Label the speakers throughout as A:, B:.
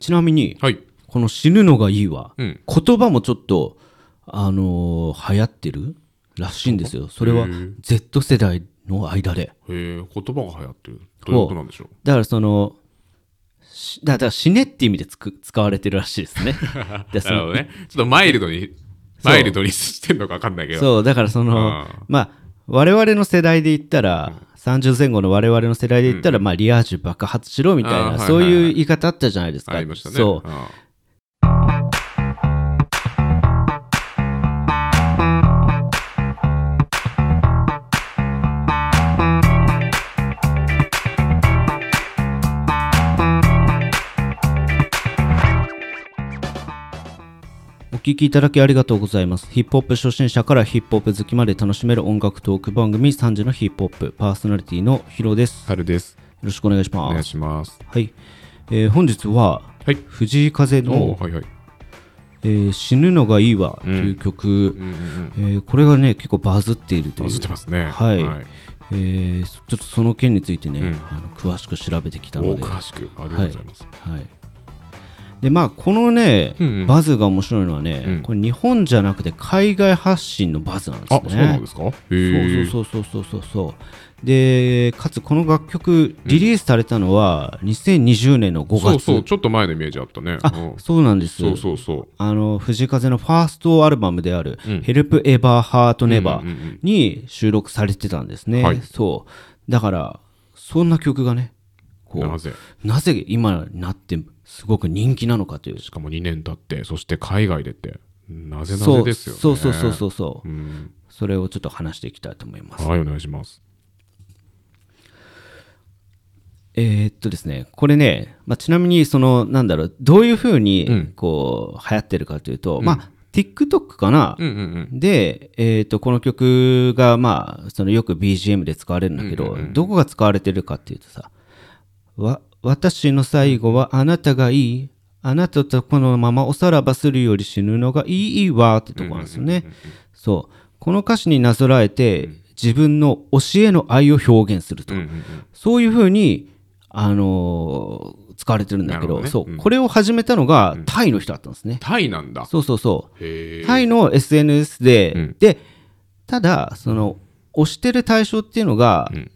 A: ちなみに、
B: はい。
A: この死ぬのがいいわ、
B: うん
A: 言葉もちょっと、あのー流行ってるらしいんですよ。それは Z 世代の間で。
B: へえ、言葉が流行ってる。どういうことなんでしょう。
A: だからその、しだだから死ねっていう意味でつく使われてるらしいです ね。でそ
B: なるほ
A: の
B: どね。ちょっとマイルドに、マイルドにしてんのか分かんないけど。
A: そう、だからその、
B: うん
A: まあ、我々の世代で言ったら、30前後の我々の世代で言ったら、まあ、リア充爆発しろみたいな、
B: あーはいはいはい
A: そういう言い方あったじゃないですか。
B: ありましたね。
A: そう。
B: ん
A: お聞きいただきありがとうございます。ヒップホップ初心者からヒップホップ好きまで楽しめる音楽トーク番組3時のヒップホップパーソナリティのヒロです。よ
B: 春です。
A: ろしくお願いし
B: お願
A: ま
B: い
A: す。
B: します。
A: はい、えー本日は
B: はい。
A: 藤井風
B: お
A: の
B: ーはいはい。
A: 「えー死ぬのがいいわ」という曲、
B: うんうんうん。
A: えーこれがね結構バズっているとい
B: バ
A: う
B: ズってますね。
A: はいえーちょっとその件についてね、
B: うん
A: あの詳しく調べてきた
B: お
A: ので、
B: 詳しく。ありがとうございます。
A: はい、でまあこのね、
B: うんうん
A: バズが面白いのはね、
B: うん
A: これ日本じゃなくて海外発信のバズなんです
B: あ
A: ね。、
B: そうなんですかへえ。
A: そうそうそうそうそうそうでかつこの楽曲リリースされたのは2020年の5月、
B: そうそう、ちょっと前のイメージあったね。
A: あ
B: うん
A: そうなんです
B: そうそうそう。
A: あの藤井風のファーストアルバムである「
B: うん
A: Help Ever Heart Never
B: うんうんうん」
A: に収録されてたんですね、
B: はい
A: そうだからそんな曲がねこ
B: な
A: う
B: ぜ
A: なぜ今になってすごく人気なのかという
B: しかも2年経って、そして海外でって、なぜな
A: そ
B: ぜ
A: う
B: ですよね。
A: そうそうそうそうそう
B: う。ん。
A: それをちょっと話していきたいと思います
B: はい、お願いします。
A: えーっとですね、これね、まあ、ちなみにその、なんだろう、どういうふう
B: う
A: に
B: ん
A: こう流行ってるかというと、まあ、TikTok かな、
B: うんうんうん。
A: で、えーっとこの曲が、まあ、そのよく BGM で使われるんだけど、どこが使われてるかっていうとさ、わ私の最後はあなたがいい、あなたとこのままおさらばするより死ぬのがいいわってとこなんですよね。そうこの歌詞になぞらえて、自分の教えの愛を表現すると。
B: うんうんうん
A: そういうふうに、あのー使われてるんだけ
B: なる
A: ど
B: ほどね
A: そうこれを始めたのが、タイの人だったんですね。
B: タイなんだ。
A: そうそうそう。
B: へえ。
A: タイの SNS で、
B: ん
A: でただその推してる対象っていうのが、
B: うん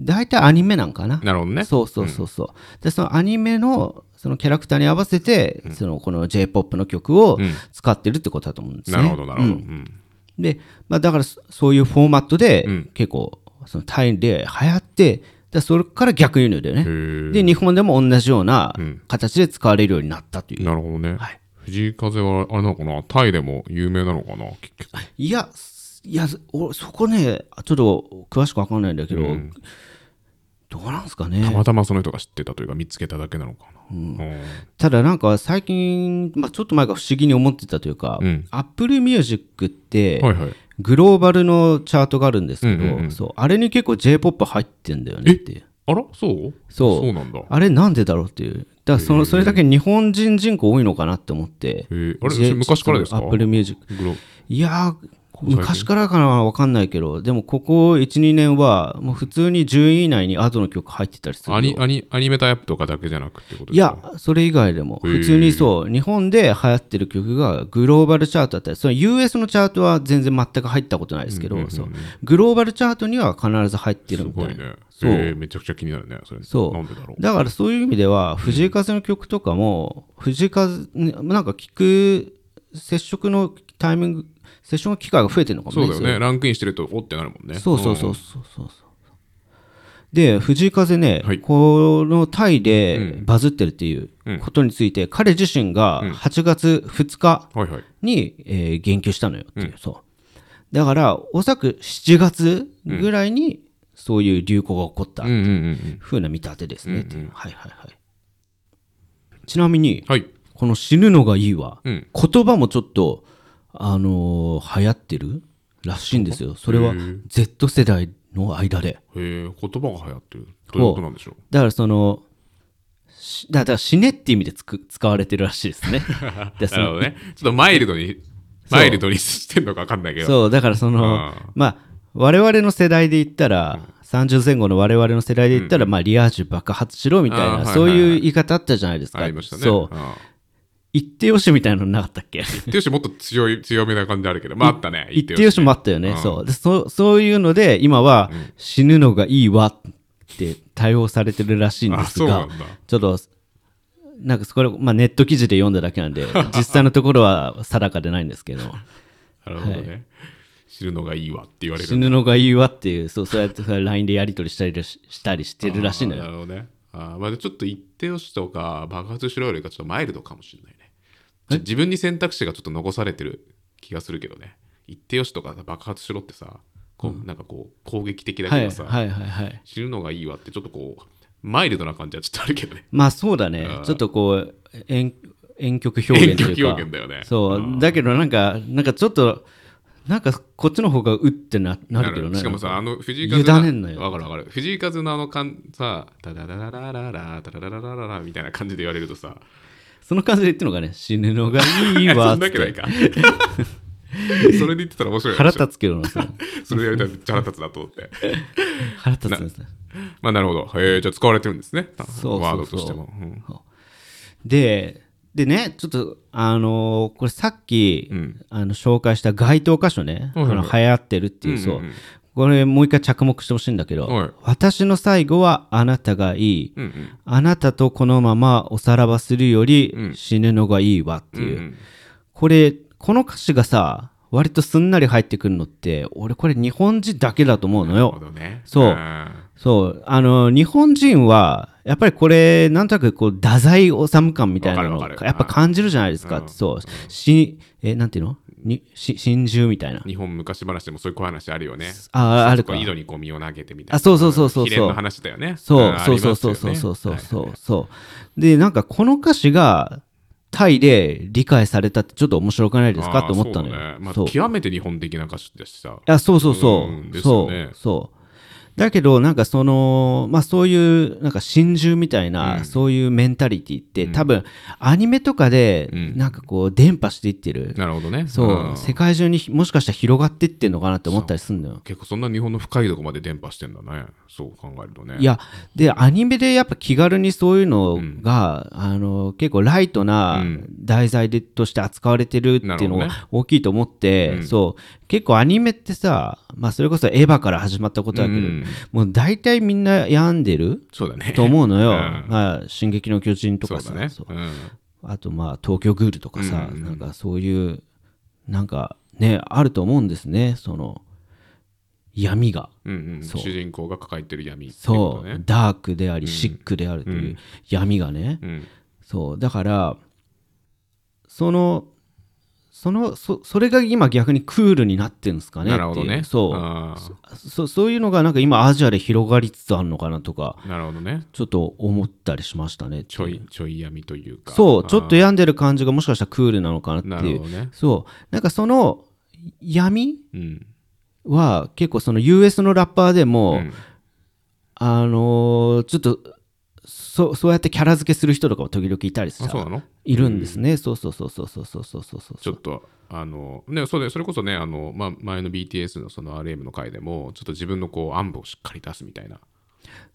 A: 大体アニメなんかな。
B: なるほどね。
A: そうそうそうそう、でそのアニメのそのキャラクターに合わせて、そのこの j p o p の曲を
B: うん
A: 使ってるってことだと思うんですね。
B: なるほど、なるほど。
A: う
B: うんん
A: で、まあ、だからそそういうフォーマットで、
B: うん
A: 結構そのタイで流行ってでそれから逆輸入だよね。
B: へ
A: で日本でも同じようなん形で使われるようになったとい
B: え。
A: う、
B: なるほどね
A: はい。
B: 藤井風は、あれなのかなタイでも有名なのかな結局
A: いやいやおそこねちょっと詳しく分かんないんだけど、
B: うん
A: どうなんですか
B: た
A: ね
B: またまその人が知ってたというか、見つけただけなのかな。うん
A: ただなんか最近、まあ、ちょっと前から不思議に思ってたというか、
B: うん
A: アップルミュージックって、
B: はいはい。
A: グローバルのチャートがあるんですけど、
B: うんうんうん
A: そうあれに結構 j p o p 入ってんだよねっていう
B: あらそう
A: そう
B: そうなんだ。へ
A: あれなんでだろうっていうだからそのそれだけ日本人人口多いのかなって思って
B: え。あれそれ昔からですか
A: アップルミュージック
B: グロ
A: いやー、昔からかな分かんないけど、でもここ1、2年は、もう普通に10位以内にアドの曲入ってたりするよ
B: アニアニアニメタイプとかだけじゃなくってこと
A: い
B: ですか
A: や、それ以外でも、
B: へー
A: 普通にそう、日本で流行ってる曲がグローバルチャートだったり、その US のチャートは全然全く入ったことないですけど、そうグローバルチャートには必ず入ってる
B: す
A: み
B: ご
A: た
B: い
A: いな。
B: ね。
A: そう
B: へえめちゃくちゃ気になるね。それ
A: そう
B: なんでだろう。
A: だからそういう意味では、藤井風の曲とかも、藤井風、なんか聞く、接触のタイミング、接触の機会が増えてるのかも
B: そう
A: ね
B: だよね。ランクインしてると、おってなるもんね。
A: そうそうそうそうそうそう。で藤井風ね、
B: はい
A: このタイでバズってるっていううことについて、彼自身が8月2日
B: うん。はいはい。
A: に、えー言及したのよっていう、そうだからおそらく7月ぐらいにそういう流行が起こった
B: うんうんうんうん。
A: ふうな見立てですねっていう、はいはいはいちなみに
B: はい。
A: この「死ぬのがいいわ」
B: うん
A: 言葉もちょっと、あのー流行ってるらしいんですよそれは
B: へー
A: Z 世代の間で
B: へえ、言葉が流行ってる。どういうことなんでしょう。
A: だからそのしだだから死ねって意味でつく使われてるらしいです ねでそ
B: なるほ
A: の
B: どね。ちょっとマイルドに、マイルドにしてんのか分かんないけど。
A: そうだからその
B: あ
A: まあ我々の世代で言ったら、30前後の我々の世代で言ったら、まあ、リアージュ爆発しろみたいな、
B: あーはいはいはい
A: そういう言い方あったじゃないですか。
B: ありましたね。
A: そう。
B: ん
A: 言ってよしみたいなのなかったっけ
B: 手吉もっと強い、強めな感じあるけど、まああったね。
A: 言ってよしもあったよね、
B: うん
A: そうでそそういうので今は死ぬのがいいわって対応されてるらしいんで
B: あ、
A: す
B: そうな
A: が
B: んだ。
A: ちょっとなんかそこれ、まあ、ネット記事で読んだだけなん で実際のところは定かでないんですけど
B: なるほどね。死ぬのがいいわって言われ
A: 死
B: る。
A: ぬのがいいわっていうそうそうやって LINE でやり取りしたりししたりしてるらしいの
B: あ
A: よ
B: なるほどね。あまあ、ちょっと言ってよしとか爆発しろよりかちょっとマイルドかもしれないね。ちょ自分に選択肢がちょっと残されてる気がするけどね。言ってよしとか爆発しろってさ、こうなんかこう攻撃的だ
A: はい
B: けど
A: は
B: さ、
A: いはいはい
B: 死ぬのがいいわってちょっとこう、マイルドな感じはちょっとあるけどね。
A: まあそうだねちょっとこう遠遠曲表現と
B: 遠
A: いう
B: 距
A: か
B: 離表現だよね。
A: そう、だけどなんか、なんかちょっと、なんかこっちの方がうってななるけどね。
B: しかもさ、あの藤井
A: 委
B: 風の
A: ねんのよ
B: わかるわかる。藤井風のあのかんさ、タララララララ、タララララララみたいな感じで言われるとさ、
A: その感じで言ってるのがね、死ぬのがいいわ
B: そ
A: っ
B: ん
A: つっ
B: なけない
A: て。
B: か。それで言ってたら面白いよ
A: 腹
B: ね。
A: 立つけどな、それ
B: それでやるとめっちゃ腹立つなと思って。
A: 腹立つんですね
B: まあなるほど。えー、じゃあ使われてるんですね。
A: そうそうそう
B: ワードとしても。うん
A: で、でね、ちょっと、あのーこれさっき、
B: ん
A: あの紹介した該当箇所ね、
B: はいはいはい
A: この流行ってるっていう、そう。
B: うんうんうん
A: これもう一回着目してほしいんだけど、
B: はい
A: 私の最後はあなたがいい、
B: うんうん
A: あなたとこのままおさらばするより死ぬのがいいわっていう、
B: うん
A: これこの歌詞がさ割とすんなり入ってくるのって俺これ日本人だけだと思うの
B: なるほ
A: よ
B: どね。
A: そうんそうあの日本人はやっぱりこれなんとなくこう太宰治感みたいなの
B: わ
A: を
B: かるわかる
A: やっぱ感じるじゃないですか、そうしえなんていうのにし真珠みたいな
B: 日本昔話でもそういう小話あるよね。
A: ああるか
B: 井戸にゴミを投げてみたい
A: あ
B: な。
A: そうそうそうそう
B: 秘伝
A: そう
B: の話だよね。
A: そ
B: ん
A: うそうそうそうそうそうそうそうそう。で、なんかこの歌詞がタイで理解されたってちょっと面白くないですかと思ったの
B: あーそうだね
A: よ
B: ま。あ
A: そう。
B: 極めて日本的な歌手でした。
A: あそうそうそ
B: うんで
A: う。
B: すよ
A: そ
B: ね
A: う。そう。だけど、なんかその、まあそういう、なんか真珠みたいな、そういうメンタリティって、多分アニメとかで、なんかこう、伝播していってる。
B: なるほどね。
A: そう。
B: ん
A: 世界中にもしかしたら広がってってんのかなって思ったりするのよ。
B: 結構そんな日本の深いとこまで伝播してんだね。そう考えるとね。
A: いやでアニメでやっぱ気軽にそういうのが、あの結構ライトな題材で、として扱われてるっていうの
B: な
A: が
B: るほ
A: 大きいと思って、そう結構アニメってさ、まあ、それこそエヴァから始まったことだけど、
B: うん
A: もう大体みんな病んでる
B: そうだね。
A: と思うのよ、
B: うん
A: まあ「進撃の巨人」と
B: そ
A: か
B: う
A: さ
B: だね。
A: そう
B: うん
A: あとまあ東京グールとかさ、なんかそういうなんかねあると思うんですねその闇が。
B: うんうん主人公が抱えてる闇っていこ
A: そ
B: と
A: う、
B: ね。
A: ダークであり、シックであるという闇がね、
B: うん
A: そうだからそのそのそそれが今逆にクールになってるんですかね
B: なるほど
A: ってい
B: ね。
A: うそう
B: あー
A: そそういうのがなんか今アジアで広がりつつあるのかなとか
B: なるほどね。
A: ちょっと思ったりしましたね
B: ちょい、ちょい闇というか。
A: そうちょっと病んでる感じがもしかしたらクールなのかな
B: な
A: ってい
B: る
A: う
B: ほどね。
A: そうなんかその闇
B: うん。
A: は結構その US のラッパーでも、
B: ん
A: あのーちょっとそそうやってキャラ付けする人とかも時々いたりし
B: あ、そう
A: た
B: なの
A: いるんですね、そうそうそうそうそうそうそうそうそう
B: ちょっとあのねそうだよそれこそねあの、まあ、前の BTS のその RM の回でもちょっと自分のこう暗部をしっかり出すみたいな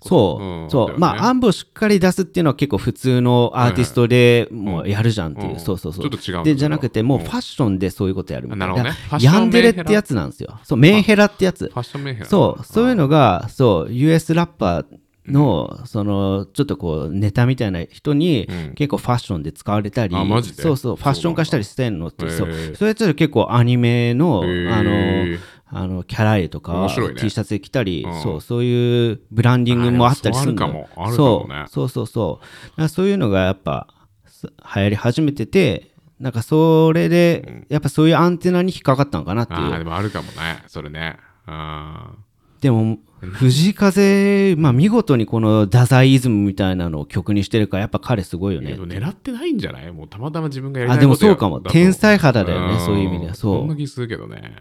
A: そう、
B: うん
A: そう、
B: だよね
A: まあ暗部をしっかり出すっていうのは結構普通のアーティストでもうやるじゃんっていう、
B: うん
A: そうそうそう
B: ちょっと違うんだ
A: でじゃなくてもううんファッションでそういうことやるみたいな
B: なるほどね
A: だから
B: ファッション
A: ヤンデレっ
B: メンヘラ
A: てやつなんですよそうメンヘラってやつ
B: ファッションメンヘラ
A: そうそういうのがそう US ラッパーのそのちょっとこうネタみたいな人に結構ファッションで使われたり、
B: あマジで
A: そうそうファッション化したりしてんのって
B: へー
A: そうそれやって結構アニメの
B: へー
A: あのあのキャラ絵とか
B: 面白いね
A: T シャツで着たり、
B: うん
A: そうそういうブランディングもあったりするの
B: あでもそうあるかもあるかもね
A: そうそうそうそうだからそういうのがやっぱす流行り始めててなんかそれでやっぱそういうアンテナに引っかかったのかなっていう
B: あーでもあるかもねそれねあ
A: でも藤井風、まあ、見事にこの太宰イズムみたいなのを曲にしてるからやっぱ彼すごいよ
B: ーで
A: ね
B: も狙ってないんじゃないもうたまたま自分がやりた
A: あ
B: い
A: でも
B: こと
A: そ
B: や
A: うかも
B: だと
A: 天才肌だよね
B: ん
A: そういう意味ではそ
B: そんな
A: う
B: 気するけどね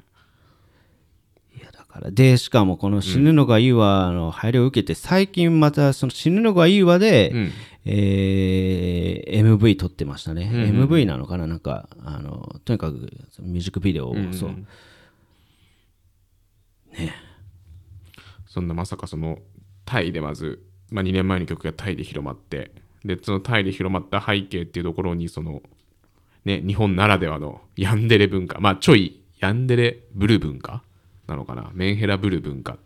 A: いやだからでしかもこの「死ぬのがいいわ」の配慮を受けて最近またその「死ぬのがいいわで」
B: ん
A: えー MV 撮ってましたね、MV なのかななんかあのとにかくミュージックビデオを、そうね
B: そんなまさかそのタイでまず、まあ、2年前の曲がタイで広まってでそのタイで広まった背景っていうところにそのね日本ならではのヤンデレ文化まあちょいヤンデレブル文化なのかなメンヘラブル文化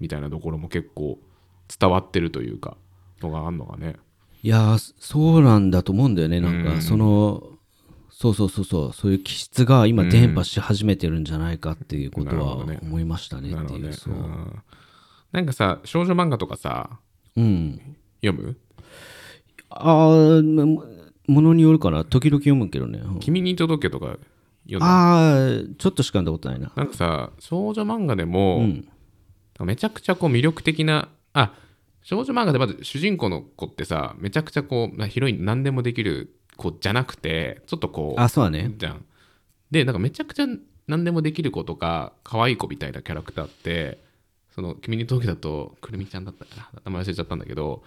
B: みたいなところも結構伝わってるというかのがあんのがね
A: いやーそうなんだと思うんだよねなん
B: うん
A: かそのそうそうそうそうそういう気質が今伝播し始めてるんじゃないかっていうこと
B: なる
A: は
B: ほどね
A: 思いましたね
B: な
A: っ
B: る
A: て
B: ほ
A: い
B: ど
A: う
B: ね
A: そううん
B: なんかさ少女漫画とかさ
A: うん
B: 読む
A: ああもものによるかな時々読むけどねうん
B: 君に届けとか読んだ
A: ああちょっとしか読んだことないな
B: なんかさ少女漫画でも、めちゃくちゃこう魅力的なあ少女漫画でまず主人公の子ってさめちゃくちゃこうまあヒロイン何でもできる子じゃなくてちょっとこう
A: あそうだね
B: じゃんでなんかめちゃくちゃ何でもできる子とか可愛い子みたいなキャラクターってその「君に届け」だとくるみちゃんだったかな名前忘れちゃったんだけど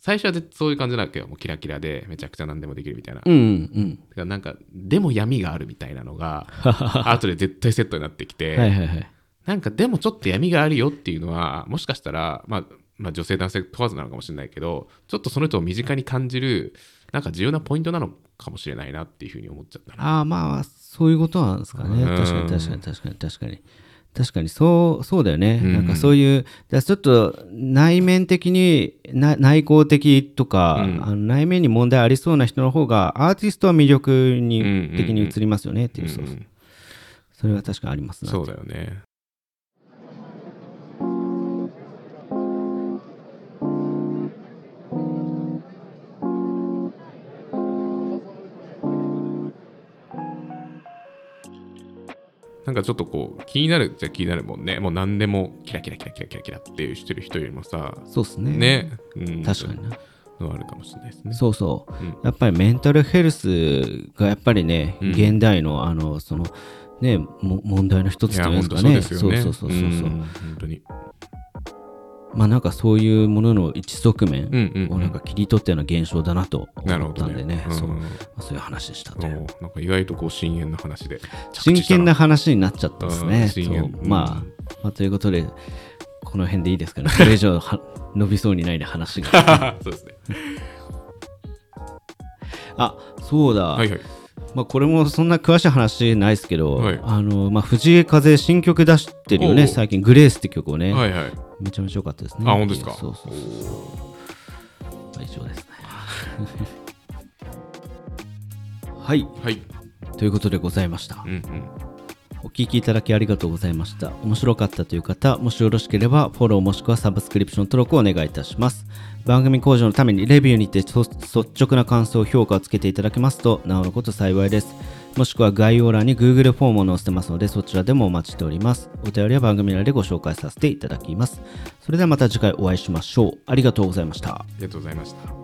B: 最初は絶対そういう感じなわけよもうキラキラでめちゃくちゃ何でもできるみたいな
A: うんうん
B: だからなんかでも闇があるみたいなの が後で絶対セットになってきて、
A: はいはいはい
B: なんかでもちょっと闇があるよっていうのはもしかしたら、まあ、まあ女性男性問わずなのかもしれないけどちょっとその人を身近に感じるなんか重要なポイントなのかもしれないなっていうふうに思っちゃったな。
A: ああまあそういうことなんですかね
B: うん
A: 確かに確かに確かに確かに確かにそうそうだよね、
B: うん
A: なんかそういうだからちょっと内面的にな内向的とか、
B: うん
A: あの内面に問題ありそうな人の方がアーティストは魅力に、
B: うんうんうん
A: 的に映りますよねっていう、そう
B: うんうん
A: それは確かにありますな
B: そうだよね。なんかちょっとこう気になるっちゃ気になるもんね。もう何でもキラキラキラキラキラキラっていうしてる人よりもさ、
A: そうですね
B: ね、うん、
A: 確かにな
B: のあるかもしれないですね。
A: そうそう、
B: うん
A: やっぱりメンタルヘルスがやっぱりね、
B: うん
A: 現代のあのそのねも問題の一つ
B: い
A: とい
B: や、
A: うんで
B: 本
A: す
B: 当
A: か
B: そう
A: ね
B: ですよね。
A: そうそうそうそうそう、
B: ん本当に。
A: まあなんかそういうものの一側
B: うん
A: 面
B: うんうん
A: をなんか切り取ったような現象だなと
B: な
A: 思
B: るほ
A: った
B: ど
A: んでね
B: ね。、うん
A: そうそういう話でした
B: お
A: ね。
B: なんか意外とこう深淵の話で
A: 真剣な話になっちゃったです
B: うん
A: ね。
B: 深
A: そう
B: 淵うん
A: まあ、まあ、ということで、この辺でいいですかね。これ以上は伸びそうにないで話 が。
B: そうですね。
A: あそうだ、
B: はいはい。
A: まあ、これもそんな詳しい話ないですけど、
B: はい
A: あのまあ、藤井風新曲出してるよね、
B: おう
A: 最近、グレースって曲をね、
B: はいはい。
A: めちゃめちゃ良かったですね。
B: あ、本当ですか。
A: そうそうそうまあ以上です ね。はい、
B: はい。
A: ということでございました
B: うん。うん。
A: お聞きいただきありがとうございました。面白かったという方、もしよろしければフォローもしくはサブスクリプション登録をお願いいたします。番組向上のためにレビューにてそ率直な感想、評価をつけていただけますと、なおのこと幸いです。もしくは概要欄に Google フォームを載せてますので、そちらでもお待ちしております。お便りは番組内でご紹介させていただきます。それではまた次回お会いしましょう。ありがとうございました。
B: ありがとうございました。